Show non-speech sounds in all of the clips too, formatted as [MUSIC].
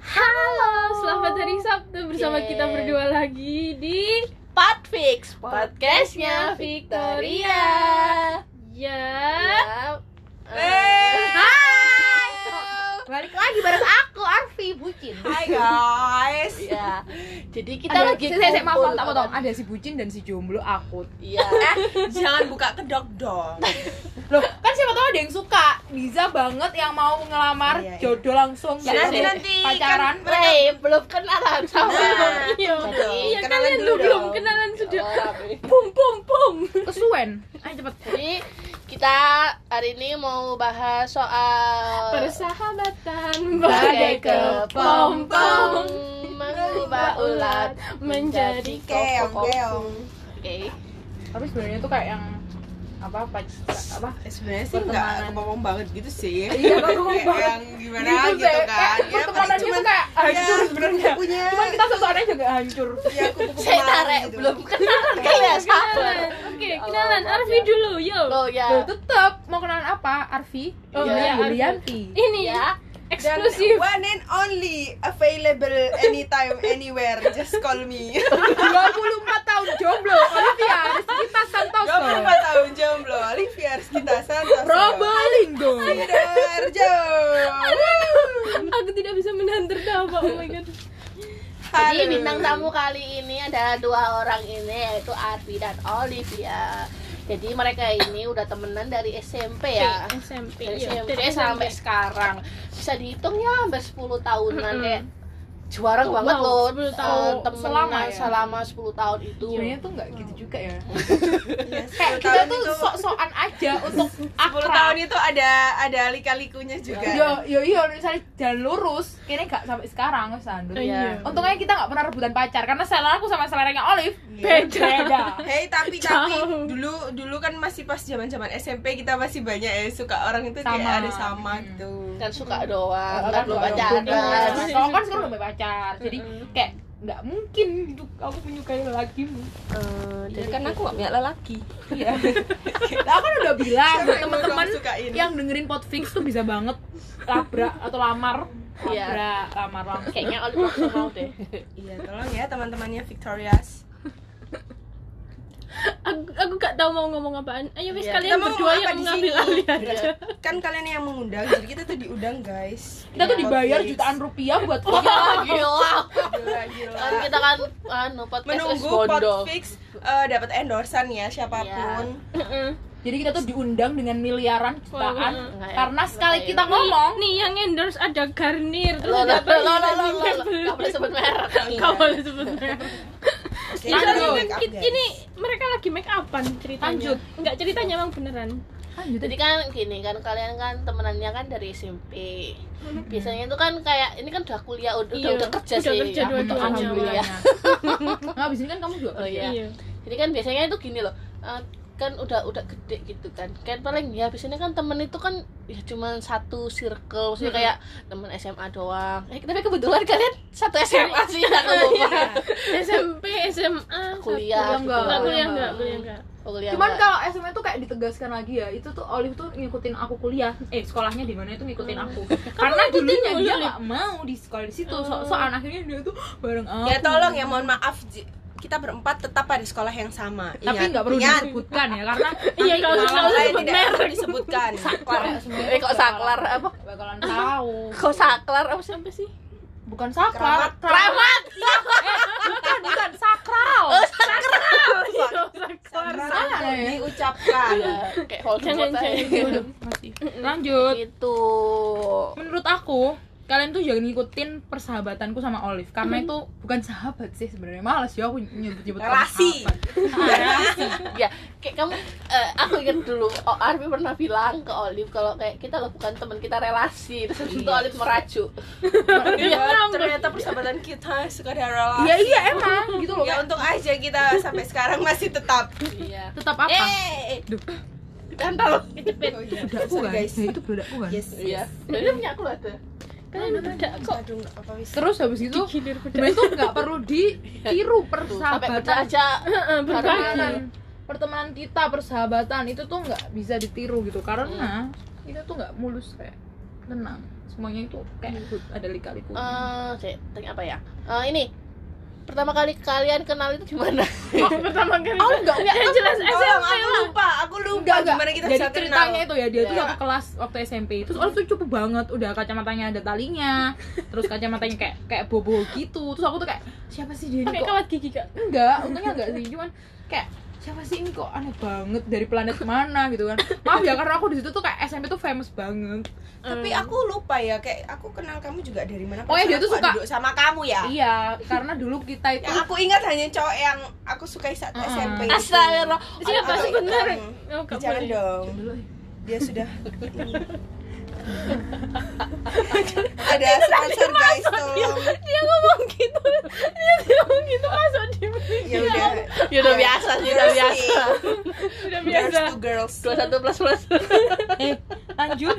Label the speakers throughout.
Speaker 1: Halo, selamat hari Sabtu bersama
Speaker 2: Yeay.
Speaker 1: kita berdua lagi di
Speaker 2: Part Fix
Speaker 1: podcastnya Victoria. Ya.
Speaker 2: Ya.
Speaker 1: Eh.
Speaker 2: Hai. Balik lagi bareng aku Arfi Bucin.
Speaker 3: Hai guys.
Speaker 2: Iya. Jadi kita
Speaker 1: Ada,
Speaker 2: lagi
Speaker 1: saya, saya, maaf,
Speaker 2: kumpul,
Speaker 1: maaf, tak potong. Eh,
Speaker 2: kan?
Speaker 1: Ada si Bucin dan si Jomblo aku.
Speaker 2: Iya.
Speaker 3: [LAUGHS] Jangan buka kedok dong.
Speaker 1: Loh, kan siapa tahu ada yang suka. Bisa banget yang mau ngelamar
Speaker 3: Iya, iya.
Speaker 1: jodoh langsung
Speaker 3: Ya,
Speaker 1: nggak
Speaker 3: nanti,
Speaker 1: ada
Speaker 3: nanti.
Speaker 1: pacaran.
Speaker 3: Kan-
Speaker 2: Wey, eh, belum kenalan sama.
Speaker 3: Nah,
Speaker 1: Iya.
Speaker 2: Jadi,
Speaker 1: Iya,
Speaker 4: ya
Speaker 3: kenalan
Speaker 1: kalian
Speaker 3: dulu
Speaker 1: tuh belum
Speaker 3: dong.
Speaker 1: kenalan sudah.
Speaker 2: Oh,
Speaker 1: Pum pum pum. Kesuwen. Ayo cepet.
Speaker 2: Jadi kita hari ini mau bahas soal
Speaker 1: Persahabatan
Speaker 4: [LAUGHS]
Speaker 2: bagai
Speaker 1: bagai kepompong
Speaker 2: mengubah ulat
Speaker 1: menjadi
Speaker 2: Ya,
Speaker 3: Keong keong.
Speaker 2: Oke.
Speaker 1: tapi sebenarnya tuh kayak yang apa pac apa
Speaker 3: Eh, Sebenarnya sih nggak
Speaker 1: Pertemanan.
Speaker 3: ngomong banget gitu sih.
Speaker 1: Iya, nggak
Speaker 3: Kayak
Speaker 1: kepompong banget.
Speaker 3: Yang gimana gitu, kan.
Speaker 1: kayak pertemanan
Speaker 3: paling
Speaker 1: itu kayak hancur
Speaker 3: ya,
Speaker 1: sebenarnya
Speaker 3: buku-bukunya.
Speaker 1: cuman kita sesuatu juga hancur
Speaker 3: ya kupu-kupu
Speaker 2: [LAUGHS] Saya
Speaker 3: malam
Speaker 2: tarik
Speaker 3: gitu.
Speaker 2: belum kenalan kayaknya sabar.
Speaker 1: oke
Speaker 2: Ya Allah, kenalan. maaf Arfi ya.
Speaker 1: dulu yo
Speaker 2: Lo ya.
Speaker 1: tetep mau kenalan apa Arfi
Speaker 2: Oh,
Speaker 1: Gina
Speaker 2: iya, Arfi.
Speaker 1: Yulianti
Speaker 2: Ini ya.
Speaker 3: Dan one and only available anytime anywhere just call me
Speaker 1: 24 tahun jomblo Olivia Rizkita Santoso
Speaker 3: 24 tahun jomblo Olivia kita Santos
Speaker 1: Probolinggo
Speaker 3: Sidoarjo
Speaker 4: [LAUGHS]
Speaker 1: aku tidak bisa menahan tertawa oh my god
Speaker 2: Jadi
Speaker 3: Halo.
Speaker 2: bintang tamu kali ini adalah dua orang ini yaitu Arfi dan Olivia. Jadi mereka ini udah temenan dari SMP ya.
Speaker 4: Iya.
Speaker 1: SMP
Speaker 2: Dari SMP sampai sekarang. Bisa dihitung ya hampir 10 tahunan
Speaker 1: Mm-mm.
Speaker 2: kayak juara
Speaker 1: Wow,
Speaker 2: banget loh
Speaker 1: 10
Speaker 2: eh,
Speaker 1: tahun.
Speaker 2: temenan
Speaker 1: Selama
Speaker 2: selama,
Speaker 1: ya?
Speaker 2: 10 tahun itu.
Speaker 1: sebenarnya tuh nggak gitu juga ya
Speaker 3: Iya,
Speaker 1: kayak
Speaker 3: 10
Speaker 1: kita
Speaker 3: tahun
Speaker 1: tuh
Speaker 3: itu-
Speaker 1: sok-sokan
Speaker 3: [LAUGHS]
Speaker 1: aja untuk
Speaker 3: 10
Speaker 1: akrab.
Speaker 3: tahun itu ada ada lika-likunya juga.
Speaker 1: yo yo yo misalnya jalan lurus kayaknya nggak sampai sekarang Sandut
Speaker 4: Oh,
Speaker 2: Iya.
Speaker 1: untungnya kita nggak pernah rebutan pacar karena selera aku sama seleranya Olive
Speaker 3: Iya.
Speaker 1: beda beda
Speaker 3: Hei tapi tapi
Speaker 1: Jauh.
Speaker 3: dulu dulu kan masih pas zaman-zaman SMP kita masih banyak ya suka orang itu
Speaker 1: Sama.
Speaker 3: kayak ada sama
Speaker 1: Hmm.
Speaker 3: gitu.
Speaker 2: Kan suka doang, kan
Speaker 1: Kalau kan
Speaker 2: belum
Speaker 1: kalau-
Speaker 2: pacaran.
Speaker 1: Iya. kalau kan sekarang udah punya pacar jadi kayak nggak mungkin gitu aku menyukai lelakimu
Speaker 2: Iya, jadi
Speaker 5: kan aku gak punya lelaki
Speaker 1: iya Lah, aku kan udah bilang
Speaker 3: Siapa
Speaker 1: buat
Speaker 3: yang mau
Speaker 1: teman-teman
Speaker 3: kamu sukain?
Speaker 1: yang dengerin potfix tuh bisa banget labrak atau lamar
Speaker 2: Iya.
Speaker 1: labrak lamar langsung
Speaker 2: Kayaknya Olive langsung mau deh.
Speaker 3: Iya, tolong ya teman-temannya Victoria's.
Speaker 4: aku, aku gak tahu mau ngomong apaan ayo wis
Speaker 2: Iya,
Speaker 3: Kita
Speaker 4: kalian
Speaker 3: mau
Speaker 4: berdua
Speaker 3: apa
Speaker 4: yang
Speaker 3: di
Speaker 4: mengambil
Speaker 3: sini?
Speaker 4: alih
Speaker 3: Kan kalian yang mengundang, jadi kita tuh diundang, guys.
Speaker 1: kita tuh
Speaker 3: Iya,
Speaker 1: dibayar
Speaker 3: Netflix.
Speaker 1: jutaan rupiah
Speaker 3: [LAUGHS]
Speaker 1: buat
Speaker 2: Wah, [LAUGHS] gila.
Speaker 3: Gila,
Speaker 1: [LAUGHS]
Speaker 3: gila.
Speaker 2: Kan kita kan anu podcast es
Speaker 3: Menunggu
Speaker 2: bondo. [LAUGHS]
Speaker 3: Potfix eh, dapat endorsan ya siapapun.
Speaker 2: Iya.
Speaker 1: Jadi kita tuh diundang dengan miliaran jutaan
Speaker 4: Wah,
Speaker 2: enggak ya.
Speaker 1: karena sekali
Speaker 2: Enggak ya.
Speaker 1: kita ngomong
Speaker 4: nih yang endorse ada Garnier terus
Speaker 2: Lo lo
Speaker 4: ada
Speaker 2: lo lo lo lo,
Speaker 4: Pertamina
Speaker 2: lo.
Speaker 4: beli.
Speaker 2: Gak boleh sebut merek. [LAUGHS]
Speaker 4: Gak boleh sebutnya
Speaker 3: Oke,
Speaker 1: Lanjut.
Speaker 3: kita ya.
Speaker 1: Lanjut.
Speaker 3: make up, guys.
Speaker 4: ini mereka lagi make upan ceritanya
Speaker 1: Lanjut.
Speaker 4: nggak ceritanya emang beneran
Speaker 1: Ah,
Speaker 2: Jadi kan gini kan kalian kan temenannya kan dari SMP. Biasanya itu kan kayak ini kan udah kuliah udah
Speaker 4: Iya,
Speaker 2: udah kerja
Speaker 4: udah
Speaker 2: sih.
Speaker 4: kerja
Speaker 2: ya.
Speaker 4: dua-duanya.
Speaker 2: Untuk
Speaker 1: alhamdulillah.
Speaker 2: alhamdulillah.
Speaker 1: Nah, abis ini kan kamu juga
Speaker 2: Oh
Speaker 1: kerja.
Speaker 2: iya. Jadi kan biasanya itu gini loh. eh, kan udah udah gede gitu kan kan paling ya biasanya kan temen itu kan ya cuma satu circle maksudnya kayak temen SMA doang eh, tapi kebetulan kalian satu SMA sih nggak kebetulan
Speaker 4: SMP SMA
Speaker 2: kuliah
Speaker 1: Kuliah
Speaker 4: satu.
Speaker 1: enggak.
Speaker 4: nggak
Speaker 2: gitu.
Speaker 4: kuliah nggak kuliah nggak
Speaker 2: Oh, kuliah
Speaker 1: Cuman
Speaker 2: enggak.
Speaker 1: kalau SMA tuh kayak ditegaskan lagi ya, itu tuh Olive tuh ngikutin aku kuliah. Eh, sekolahnya di mana itu ngikutin aku. Karena
Speaker 4: Hmm. ngikutin
Speaker 1: dulunya
Speaker 4: dulu,
Speaker 1: dia
Speaker 4: Olive.
Speaker 1: nggak mau di sekolah di situ.
Speaker 4: Oh.
Speaker 1: So soal akhirnya dia tuh bareng aku.
Speaker 3: Ya tolong ya mohon maaf Ji- kita berempat tetap pada sekolah yang sama.
Speaker 1: Tapi
Speaker 3: Ingat,
Speaker 1: nggak perlu
Speaker 3: ingat.
Speaker 1: disebutkan ya, karena [LAUGHS]
Speaker 4: Iya, nggak usah,
Speaker 1: kalau
Speaker 4: nggak usah
Speaker 3: lain
Speaker 4: sebut
Speaker 3: Nah, tidak perlu disebutkan.
Speaker 2: eh kok saklar apa
Speaker 1: bakalan tahu.
Speaker 2: kok saklar apa sih
Speaker 4: apa sih
Speaker 1: Bukan saklar,
Speaker 2: Kramat.
Speaker 1: bukan, bukan sakral.
Speaker 3: Sakral diucapkan.
Speaker 1: Iya,
Speaker 2: Eh, Kayak Hulk
Speaker 4: jangan
Speaker 2: aja.
Speaker 4: jangan
Speaker 1: Masih. Lanjut.
Speaker 2: [LAUGHS] Gitu.
Speaker 1: menurut aku kalian tuh jangan ngikutin persahabatanku sama Olive karena itu bukan sahabat sih sebenarnya males ya aku nyebut nyebut
Speaker 3: Relasi.
Speaker 2: Ya, kayak kamu eh, aku ingat dulu oh, Arfi pernah bilang ke Olive kalau kayak kita loh bukan teman kita relasi. Terus habis itu Olive merajuk.
Speaker 3: Ya, ternyata persahabatan kita sekadar relasi.
Speaker 1: iya iya emang gitu loh
Speaker 3: Ya untung aja kita sampai sekarang masih tetap.
Speaker 2: Iya.
Speaker 1: tetap apa
Speaker 3: Eh,
Speaker 2: Kental.
Speaker 4: kejepit
Speaker 3: Oh, iya.
Speaker 1: bedakku
Speaker 3: Sorry,
Speaker 1: kan
Speaker 3: guys.
Speaker 1: Ya, itu bedakku kan
Speaker 3: Yes.
Speaker 2: Iya. Ini punya aku loh ada.
Speaker 4: kalian beda kok
Speaker 3: Aduh, nggak apa-apa wis.
Speaker 1: terus habis itu
Speaker 4: gilir beda
Speaker 1: sebenarnya tuh nggak perlu ditiru
Speaker 2: Tuh, Sampai pecah [LAUGHS]
Speaker 1: persahabatan
Speaker 2: aja.
Speaker 4: Heeh, berbagi
Speaker 2: Karena-
Speaker 1: pertemanan kita persahabatan itu tuh nggak bisa ditiru gitu
Speaker 2: Iya.
Speaker 1: karena itu tuh nggak mulus kayak tenang semuanya itu kayak ada lika-liku
Speaker 2: Iya. Eh, saya tanya apa ya? Eh, ini pertama kali kalian kenal itu gimana?
Speaker 4: pertama kali
Speaker 3: Oh enggak, enggak.
Speaker 4: Ya, jelas
Speaker 3: Tolong,
Speaker 4: SMP
Speaker 3: aku
Speaker 4: lah.
Speaker 3: lupa, aku lupa
Speaker 1: Enggak, enggak.
Speaker 3: gimana kita
Speaker 1: Jadi
Speaker 3: bisa kenal. Iya.
Speaker 1: ceritanya itu ya dia tuh
Speaker 2: Ya.
Speaker 1: satu kelas waktu SMP. Terus Olive tuh cupu banget, udah kacamatanya ada talinya, terus kacamatanya kayak kayak bobo gitu. Terus aku tuh kayak siapa sih dia ini
Speaker 4: pakai
Speaker 1: kok?
Speaker 4: kawat gigi kak
Speaker 1: Enggak, untungnya enggak sih, cuman kayak siapa sih ini kok aneh banget dari planet mana gitu kan. Maaf ya karena aku di situ tuh kayak SMP tuh famous banget.
Speaker 3: Tapi aku lupa ya, kayak aku kenal kamu juga dari mana.
Speaker 1: Hmm. Oh, ya, dia
Speaker 3: Perasaan
Speaker 1: tuh
Speaker 3: aku
Speaker 1: suka-
Speaker 3: duduk sama kamu ya.
Speaker 1: Iya, karena dulu kita itu
Speaker 3: Yang aku ingat hanya cowok yang aku sukai saat
Speaker 1: Mm-mm.
Speaker 3: SMP. itu.
Speaker 2: Astagfirullah.
Speaker 4: siapa
Speaker 3: Atau
Speaker 4: sebenarnya
Speaker 3: itu, mm,
Speaker 4: Oh, nggak
Speaker 3: Jangan
Speaker 4: boleh.
Speaker 3: dong.
Speaker 1: dulu eh.
Speaker 3: Dia
Speaker 4: [LAUGHS]
Speaker 3: sudah ada sponsor guys tolong.
Speaker 4: dia ngomong gitu dia ngomong gitu masuk di
Speaker 3: Ya udah.
Speaker 4: Iya,
Speaker 2: [LAUGHS] Ya udah biasa sih, udah biasa. [LAUGHS]
Speaker 4: sudah
Speaker 3: Girls
Speaker 4: biasa
Speaker 3: to girls.
Speaker 2: 21 plus plus.
Speaker 1: eh lanjut.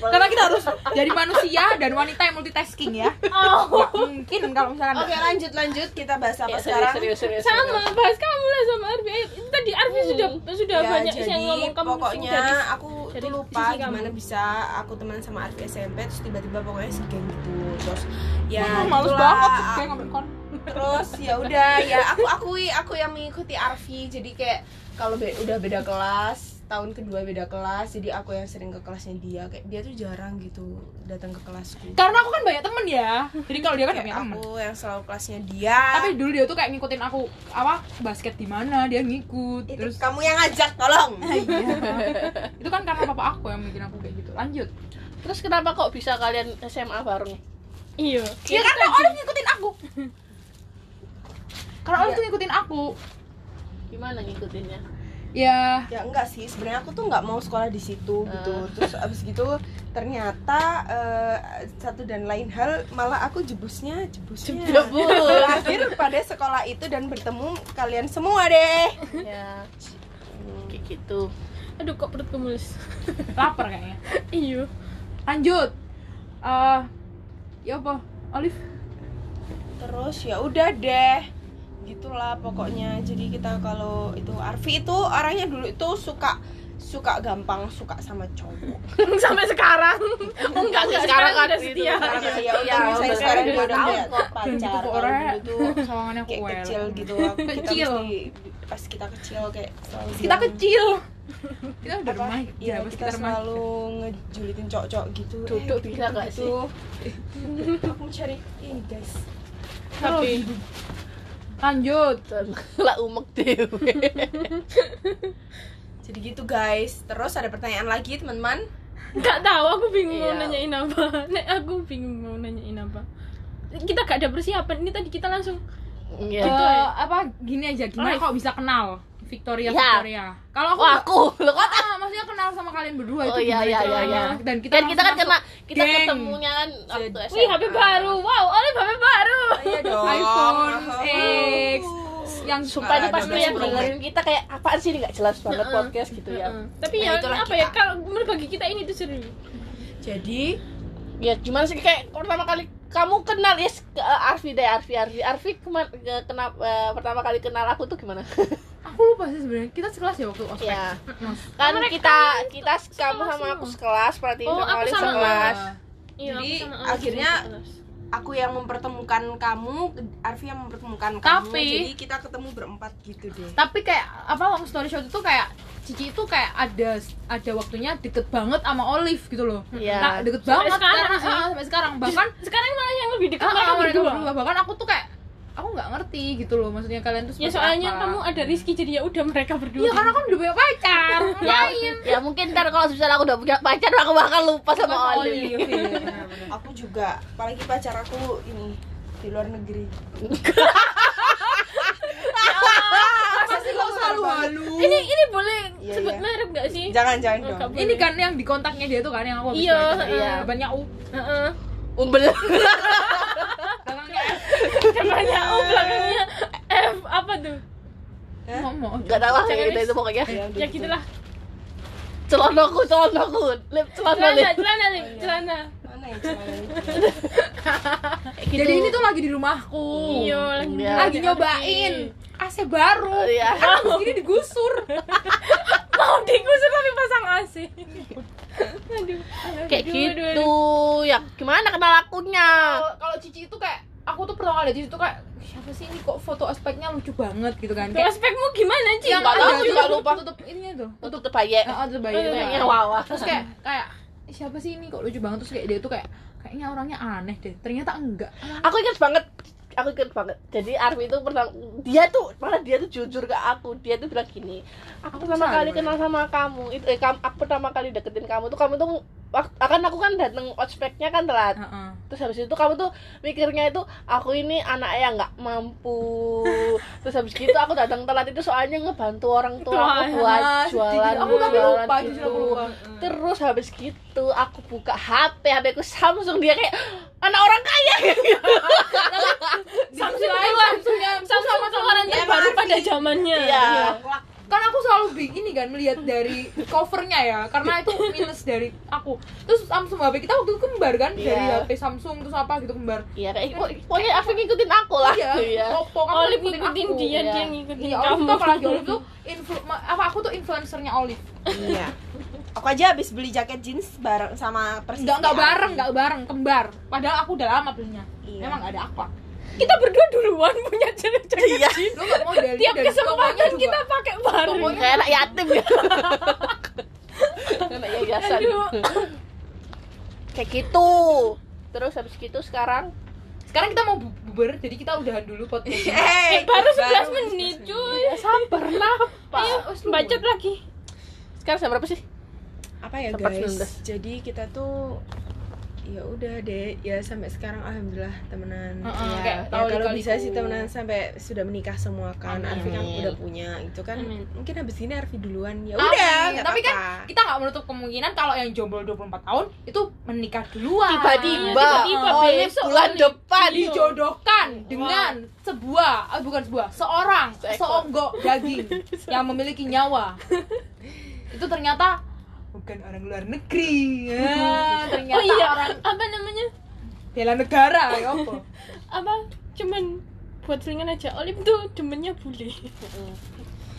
Speaker 1: Karena kita harus jadi manusia dan wanita yang multitasking ya.
Speaker 4: oh
Speaker 1: Nggak mungkin kalau misalkan
Speaker 3: Oke, lanjut lanjut kita bahas
Speaker 4: Iya,
Speaker 3: apa
Speaker 2: Ya, serius,
Speaker 3: sekarang?
Speaker 2: serius, serius.
Speaker 4: sama bahas kamu lah sama Arfi Eh, tadi Arfi sudah sudah
Speaker 3: Ya,
Speaker 4: banyak sih
Speaker 3: jadi
Speaker 4: yang ngomong kamu
Speaker 3: pokoknya
Speaker 4: sudah di-
Speaker 3: aku
Speaker 4: dari
Speaker 3: tuh lupa
Speaker 4: sisi kamu.
Speaker 3: gimana bisa aku teman sama Arfi SMP terus tiba-tiba pokoknya segeng gitu terus ya
Speaker 1: Oh, males
Speaker 3: gitulah,
Speaker 1: banget
Speaker 3: aku-
Speaker 1: kayak ngomong kon.
Speaker 3: terus ya udah ya aku akui aku yang mengikuti Arfi jadi kayak kalau be- udah beda kelas tahun kedua beda kelas jadi aku yang sering ke kelasnya dia kayak dia tuh jarang gitu datang ke kelasku
Speaker 1: karena aku kan banyak temen ya jadi kalau dia kan
Speaker 3: kayak
Speaker 1: gak punya temen
Speaker 3: aku yang selalu kelasnya dia
Speaker 1: tapi dulu dia tuh kayak ngikutin aku apa basket di mana dia ngikut
Speaker 3: itu
Speaker 1: terus
Speaker 3: kamu yang ngajak tolong [LAUGHS]
Speaker 1: itu kan karena papa aku yang bikin aku kayak gitu lanjut
Speaker 2: Terus kenapa kok bisa kalian SMA bareng?
Speaker 4: iya
Speaker 1: ya karena orang ngikutin aku [LAUGHS] karena
Speaker 3: Ya.
Speaker 1: orang tuh ngikutin aku
Speaker 2: Gimana ngikutinnya?
Speaker 1: ya
Speaker 3: ya enggak sih sebenarnya aku tuh nggak mau sekolah di situ gitu
Speaker 2: Ah.
Speaker 3: terus abis gitu ternyata eh, satu dan lain hal malah aku jebusnya jebusnya lahir pada sekolah itu dan bertemu kalian semua deh
Speaker 2: [LAUGHS] ya kayak gitu.
Speaker 4: aduh kok perutku mulus
Speaker 1: lapar kayaknya
Speaker 4: iya
Speaker 1: lanjut Eh ya apa Olive
Speaker 3: terus ya udah deh gitulah pokoknya jadi kita kalau itu Arfi itu orangnya dulu itu suka suka gampang suka sama cowok
Speaker 4: sampai sekarang oh enggak enggak sekarang
Speaker 2: kan
Speaker 4: ada setia
Speaker 3: Karena ya
Speaker 2: Iya,
Speaker 3: untung saya
Speaker 2: udah
Speaker 3: sekarang
Speaker 4: udah
Speaker 3: udah
Speaker 2: tahun kok.
Speaker 3: kayak
Speaker 1: dan gitu
Speaker 3: pacar
Speaker 1: kok
Speaker 3: kalau
Speaker 1: orangnya
Speaker 3: dulu tuh
Speaker 1: sawangannya [LAUGHS] aku
Speaker 3: kayak
Speaker 1: well.
Speaker 3: kecil gitu aku-
Speaker 1: Kecil.
Speaker 3: kita mesti pas kita kecil kayak selalu
Speaker 1: kita
Speaker 3: bilang, [LAUGHS]
Speaker 1: kecil kita udah
Speaker 3: apa,
Speaker 1: remaja
Speaker 3: iya,
Speaker 1: pas
Speaker 3: kita selalu ngejulitin cowok-cowok gitu eh,
Speaker 2: Duduk bisa
Speaker 3: gitu,
Speaker 2: nggak
Speaker 3: gitu. [LAUGHS] aku mencari ini guys
Speaker 4: tapi
Speaker 1: lanjut
Speaker 2: lah umek [LAUGHS] dewe.
Speaker 3: jadi gitu guys terus ada pertanyaan lagi teman-teman
Speaker 4: enggak tahu aku bingung mau
Speaker 2: Iya.
Speaker 4: nanyain apa [LAUGHS] nek aku bingung mau nanyain apa kita gak ada persiapan ini tadi kita langsung
Speaker 2: Ya.
Speaker 1: Eh,
Speaker 4: Gitu ya?
Speaker 1: apa gini aja
Speaker 4: Live.
Speaker 1: gimana kok bisa kenal Victoria
Speaker 2: Ya.
Speaker 1: Victoria kalau aku
Speaker 2: Oh, aku. Lo kok
Speaker 1: ah, maksudnya kenal sama kalian berdua
Speaker 2: Oh
Speaker 1: itu
Speaker 2: iya
Speaker 1: gimana
Speaker 2: iya iya
Speaker 1: caranya?
Speaker 2: iya.
Speaker 1: dan kita
Speaker 2: Dan kita kan
Speaker 1: langsung
Speaker 2: kena kita
Speaker 1: Geng.
Speaker 2: ketemunya kan waktu
Speaker 3: Jadi-
Speaker 4: wih
Speaker 2: SMA.
Speaker 4: HP baru wow oleh HP baru
Speaker 3: iya dong
Speaker 1: iPhone X
Speaker 3: Oh.
Speaker 1: yang
Speaker 2: Sumpah ini
Speaker 3: Ah,
Speaker 2: pasti
Speaker 3: dua
Speaker 2: yang
Speaker 3: belas
Speaker 2: dengerin kita kayak apaan sih ini nggak jelas banget
Speaker 4: Heeh.
Speaker 2: podcast gitu ya.
Speaker 4: Heeh. tapi
Speaker 3: Nah,
Speaker 4: ya
Speaker 3: itulah
Speaker 4: apa ya
Speaker 3: kita.
Speaker 4: kalau menurut bagi kita ini tuh seru
Speaker 3: jadi
Speaker 2: Ya gimana sih kayak pertama kali kamu kenal ya yes, ke- eh, Arfi deh Arfi Arfi Arfi kema- ke- kenapa eh, pertama kali kenal aku tuh gimana? [LAUGHS]
Speaker 1: aku lupa sih sebenarnya kita sekelas ya waktu ospek
Speaker 2: ya
Speaker 1: Mm-mm.
Speaker 2: kan
Speaker 4: Mereka
Speaker 2: kita kita kamu
Speaker 4: sekelas
Speaker 2: sama aku
Speaker 4: semua.
Speaker 2: sekelas, berarti sama
Speaker 4: Oh, aku
Speaker 2: Oli
Speaker 4: sama.
Speaker 2: sekelas.
Speaker 4: Iya, aku
Speaker 3: Jadi,
Speaker 4: sama Alex
Speaker 3: akhirnya-
Speaker 4: di kelas.
Speaker 3: aku yang mempertemukan kamu Arfi yang mempertemukan kamu
Speaker 1: Tapi-
Speaker 3: jadi kita ketemu berempat gitu deh
Speaker 1: tapi kayak apa long story short itu kayak Cici itu kayak ada ada waktunya deket banget sama Olive gitu loh
Speaker 2: Iya.
Speaker 1: Nah, deket
Speaker 4: Sampai
Speaker 1: banget
Speaker 4: sekarang
Speaker 1: karena
Speaker 4: sih.
Speaker 1: ah, sampai sekarang bahkan
Speaker 4: sekarang malah yang lebih dekat
Speaker 1: ah,
Speaker 4: mereka
Speaker 1: ah, mereka
Speaker 4: berdua.
Speaker 1: berdua. bahkan aku tuh kayak aku nggak ngerti gitu loh maksudnya kalian tuh
Speaker 4: ya
Speaker 1: seperti
Speaker 4: soalnya
Speaker 1: apa.
Speaker 4: kamu ada Rizky jadi ya udah mereka berdua
Speaker 1: Iya karena kan udah punya pacar
Speaker 4: [LAUGHS]
Speaker 2: Ya, ya mungkin ntar kalau misalnya aku udah punya pacar aku bakal lupa sama Oli.
Speaker 1: Olive.
Speaker 3: Iya, aku juga apalagi pacar aku ini di luar negeri
Speaker 1: Masa sih kok selalu halu?
Speaker 4: ini ini boleh
Speaker 3: Iya,
Speaker 4: sebut
Speaker 3: iya.
Speaker 4: merek gak sih
Speaker 3: jangan jangan
Speaker 4: Oh,
Speaker 3: dong
Speaker 4: kamu-
Speaker 1: [LAUGHS] Ini kan yang di kontaknya dia tuh kan yang aku habis
Speaker 4: Iya,
Speaker 1: baca.
Speaker 4: iya.
Speaker 1: banyak u
Speaker 4: Heeh.
Speaker 2: Umbel. [LAUGHS]
Speaker 1: belakangnya
Speaker 4: depannya O belakangnya F apa tuh
Speaker 1: F ngomong.
Speaker 2: Gak tahu lah
Speaker 4: Jangan,
Speaker 2: kayak gitu
Speaker 4: Miss.
Speaker 2: itu pokoknya.
Speaker 3: Ya, udah
Speaker 4: ya
Speaker 3: gitu.
Speaker 4: gitulah
Speaker 2: Celonaku, celonaku. Lip celana
Speaker 4: celana
Speaker 2: lip.
Speaker 4: celana Lim, celana
Speaker 3: mana ya caranya?
Speaker 1: Gitu. Jadi ini tuh lagi di rumahku.
Speaker 4: gitu. iya lagi
Speaker 2: Iya.
Speaker 1: Lagi nyobain AC baru
Speaker 2: Iya.
Speaker 1: kan begini [LAUGHS] digusur
Speaker 4: mau digusur tapi pasang AC aduh
Speaker 2: kayak
Speaker 4: Aduh, aduh,
Speaker 2: gitu ya gimana kenal akunya
Speaker 1: Kalau- kalau Cici itu kayak aku tuh pertama kali lihat Cici itu kayak siapa sih ini kok foto aspeknya lucu banget gitu kan
Speaker 4: aduh.
Speaker 1: kayak
Speaker 4: aspekmu gimana sih
Speaker 1: yang
Speaker 2: Nggak tahu
Speaker 1: ada
Speaker 2: juga
Speaker 1: tutup-
Speaker 2: lupa.
Speaker 1: tutup ininya tuh
Speaker 2: untuk terbayar
Speaker 4: Eh,
Speaker 1: Heeh, tutup bayi itu
Speaker 2: kayaknya
Speaker 1: kan.
Speaker 2: wawa
Speaker 1: terus kayak kayak siapa sih ini kok lucu banget terus kayak dia tuh kayak kayaknya orangnya aneh deh ternyata enggak
Speaker 2: aku ingat banget aku ingat banget jadi Arfi itu pertama dia tuh malah dia tuh jujur ke aku dia tuh bilang gini aku pertama
Speaker 1: percaya.
Speaker 2: kali kenal sama kamu itu eh, kam- aku pertama kali deketin kamu tuh kamu tuh wak- akan aku kan dateng ospeknya kan telat
Speaker 1: Heeh.
Speaker 2: terus habis itu kamu tuh mikirnya itu aku ini anak yang nggak
Speaker 1: [LAUGHS]
Speaker 2: mampu terus habis gitu aku datang telat itu soalnya ngebantu orang tua aku buat
Speaker 1: Ah, sedih.
Speaker 2: jualan
Speaker 1: aku tapi
Speaker 2: jualan
Speaker 1: lupa
Speaker 2: gitu.
Speaker 1: jujur aku lupa
Speaker 2: terus habis gitu aku buka HP HP ku Samsung dia kayak anak orang kaya [LAUGHS]
Speaker 4: Samsung keluar Samsung keluaran terbaru pada zamannya
Speaker 2: Iya.
Speaker 1: kan aku selalu bi- ini kan melihat dari covernya ya karena
Speaker 4: [LAUGHS]
Speaker 1: itu minus dari aku terus Samsung HP kita waktu itu kembar kan dari
Speaker 2: Iya.
Speaker 1: HP Samsung terus apa gitu kembar
Speaker 2: Iya kayak pokoknya- pokoknya aku ngikutin aku lah. Iya.
Speaker 1: Oppo kan
Speaker 4: ya. Olive
Speaker 1: ngikutin
Speaker 4: ngikutin
Speaker 1: aku.
Speaker 4: dia
Speaker 2: Iya.
Speaker 4: dia ngikutin
Speaker 1: Iya, Olive
Speaker 4: kamu
Speaker 1: tuh apalagi Olive tuh influ- ma- apa aku tuh influencernya Olive.
Speaker 3: Iya. Aku aja habis beli jaket jeans bareng sama persis.
Speaker 1: Enggak
Speaker 4: Iya.
Speaker 1: enggak
Speaker 3: kayak
Speaker 1: bareng,
Speaker 3: Arfi.
Speaker 1: enggak bareng, kembar. Padahal aku udah lama belinya.
Speaker 3: Iya.
Speaker 1: Memang enggak ada apa.
Speaker 4: [LAUGHS] kita berdua duluan punya jaket
Speaker 2: Iya.
Speaker 1: Lu enggak mau dari
Speaker 4: tiap
Speaker 1: dari
Speaker 4: kesempatan
Speaker 1: tokonya juga.
Speaker 4: kita pakai bareng
Speaker 1: Tokonya-
Speaker 2: Kayak anak yatim ya. anak yayasan.
Speaker 4: Aduh.
Speaker 2: Kayak gitu. Terus habis gitu sekarang
Speaker 1: Sekarang kita mau bu- bubar, jadi kita udahan dulu
Speaker 4: [LAUGHS]
Speaker 1: podcast.
Speaker 3: Eh,
Speaker 4: Eh, baru 11
Speaker 3: baru
Speaker 4: menit
Speaker 3: 11
Speaker 4: cuy
Speaker 2: ya sabar lah.
Speaker 1: Iya,
Speaker 4: ayo
Speaker 2: Pak.
Speaker 4: bacot lagi
Speaker 2: Sekarang jam berapa sih?
Speaker 3: Apa ya
Speaker 2: Tempat
Speaker 3: guys?
Speaker 2: 19.
Speaker 3: Jadi kita tuh ya udah deh ya sampai sekarang alhamdulillah temenan
Speaker 1: Heeh,
Speaker 3: ya,
Speaker 1: kayak
Speaker 3: ya
Speaker 1: tahu
Speaker 3: kalau
Speaker 1: liku-liku.
Speaker 3: bisa sih temenan sampai sudah menikah semua kan
Speaker 1: Amin.
Speaker 3: Arfi kan udah punya itu kan
Speaker 4: Amin.
Speaker 3: mungkin habis ini Arfi duluan ya
Speaker 1: Amin.
Speaker 3: udah nggak
Speaker 1: Tapi kan
Speaker 3: apa-apa.
Speaker 1: Kita nggak menutup kemungkinan kalau yang jomblo 24 tahun itu menikah duluan.
Speaker 2: Tiba-tiba
Speaker 4: tiba-tiba,
Speaker 2: Olive
Speaker 1: Ah, besok
Speaker 2: bulan
Speaker 1: Olive.
Speaker 2: depan.
Speaker 1: dijodohkan dengan sebuah eh, bukan sebuah seorang
Speaker 2: Seekor.
Speaker 1: seonggok [LAUGHS] daging yang memiliki nyawa [LAUGHS] itu ternyata bukan orang luar [LAUGHS] negeri ya, ternyata
Speaker 4: oh iya
Speaker 1: orang
Speaker 4: apa namanya
Speaker 1: bela negara [LAUGHS] ya apa
Speaker 4: apa cuman buat selingan aja Olive tuh demennya bule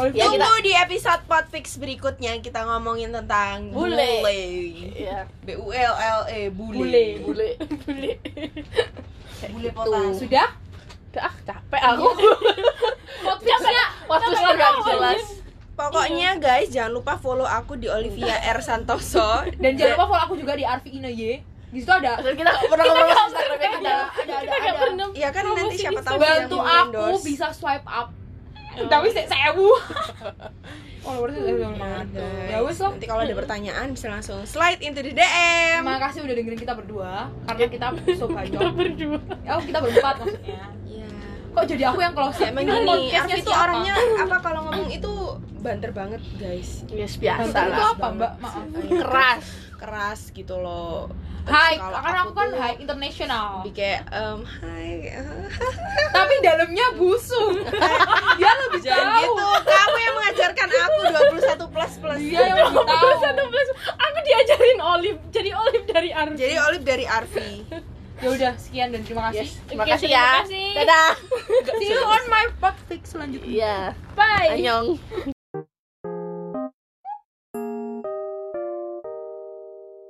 Speaker 1: Olive
Speaker 2: Ya,
Speaker 1: tuh-
Speaker 3: tunggu di episode podfix berikutnya kita ngomongin tentang
Speaker 2: Bule.
Speaker 3: bule.
Speaker 2: Iya.
Speaker 3: B U L L E bule.
Speaker 1: Bule.
Speaker 2: Bule.
Speaker 4: bule
Speaker 3: Bule potas.
Speaker 1: sudah
Speaker 2: Udah ah, capek aku.
Speaker 4: Iya.
Speaker 1: podcastnya
Speaker 2: [LAUGHS] Waktu sudah gak
Speaker 4: Oh,
Speaker 2: jelas.
Speaker 1: Iya.
Speaker 3: Pokoknya guys jangan lupa follow aku di Olivia R
Speaker 1: [LAUGHS]
Speaker 3: Santoso.
Speaker 1: dan jangan lupa follow aku juga di Arfi Inaye di situ ada
Speaker 2: Maksudnya kita nggak pernah ngomong sama Instagramnya kita.
Speaker 1: ada ada ada,
Speaker 4: kita gak
Speaker 1: ada.
Speaker 4: pernah
Speaker 3: Iya kan nanti siapa tahu yang
Speaker 1: bantu aku
Speaker 3: endorse. Oh.
Speaker 1: bisa swipe up tapi saya
Speaker 3: [LAUGHS]
Speaker 1: sewu followersnya saya udah banget
Speaker 3: Iya, Guys,
Speaker 1: ya wes lah
Speaker 3: Nanti kalau ada pertanyaan bisa langsung slide into the DM.
Speaker 1: Terima kasih udah dengerin kita berdua karena
Speaker 3: [LAUGHS]
Speaker 1: kita so
Speaker 4: kita
Speaker 1: bacot.
Speaker 4: berdua
Speaker 1: Oh, kita berempat maksudnya.
Speaker 3: Iya.
Speaker 1: Kok jadi aku yang close?
Speaker 3: Ya, emang gini,
Speaker 1: podcastnya
Speaker 3: Arfi
Speaker 1: itu
Speaker 3: tuh
Speaker 1: apa?
Speaker 3: orangnya apa kalau ngomong itu banter banget guys.
Speaker 2: Yes,
Speaker 1: Banter
Speaker 2: biasa
Speaker 1: itu
Speaker 2: lah.
Speaker 1: apa, Mbak? Maaf.
Speaker 2: Keras.
Speaker 3: Keras gitu loh. Terus
Speaker 1: Hai,
Speaker 3: kalau
Speaker 1: karena aku kan
Speaker 3: tuh
Speaker 1: high
Speaker 3: [LAUGHS]
Speaker 1: international.
Speaker 3: lebih kayak em, hai
Speaker 1: Tapi dalamnya
Speaker 3: [LAUGHS]
Speaker 1: busuk. Dia lebih
Speaker 3: jangan
Speaker 1: tahu.
Speaker 3: gitu kamu yang mengajarkan aku 21 plus plus
Speaker 1: Dia yang
Speaker 3: [LAUGHS]
Speaker 1: lebih tahu.
Speaker 4: satu
Speaker 3: gitu.
Speaker 4: plus aku diajarin Olive jadi Olive dari Arfi
Speaker 3: jadi Olive dari Arfi
Speaker 1: Ya udah, sekian dan terima kasih.
Speaker 2: Yes. Terima
Speaker 4: Oke,
Speaker 2: kasih
Speaker 4: terima
Speaker 2: ya.
Speaker 4: kasih.
Speaker 2: Dadah.
Speaker 1: See you on my podcast selanjutnya.
Speaker 2: Iya.
Speaker 4: bye
Speaker 2: Annyeong.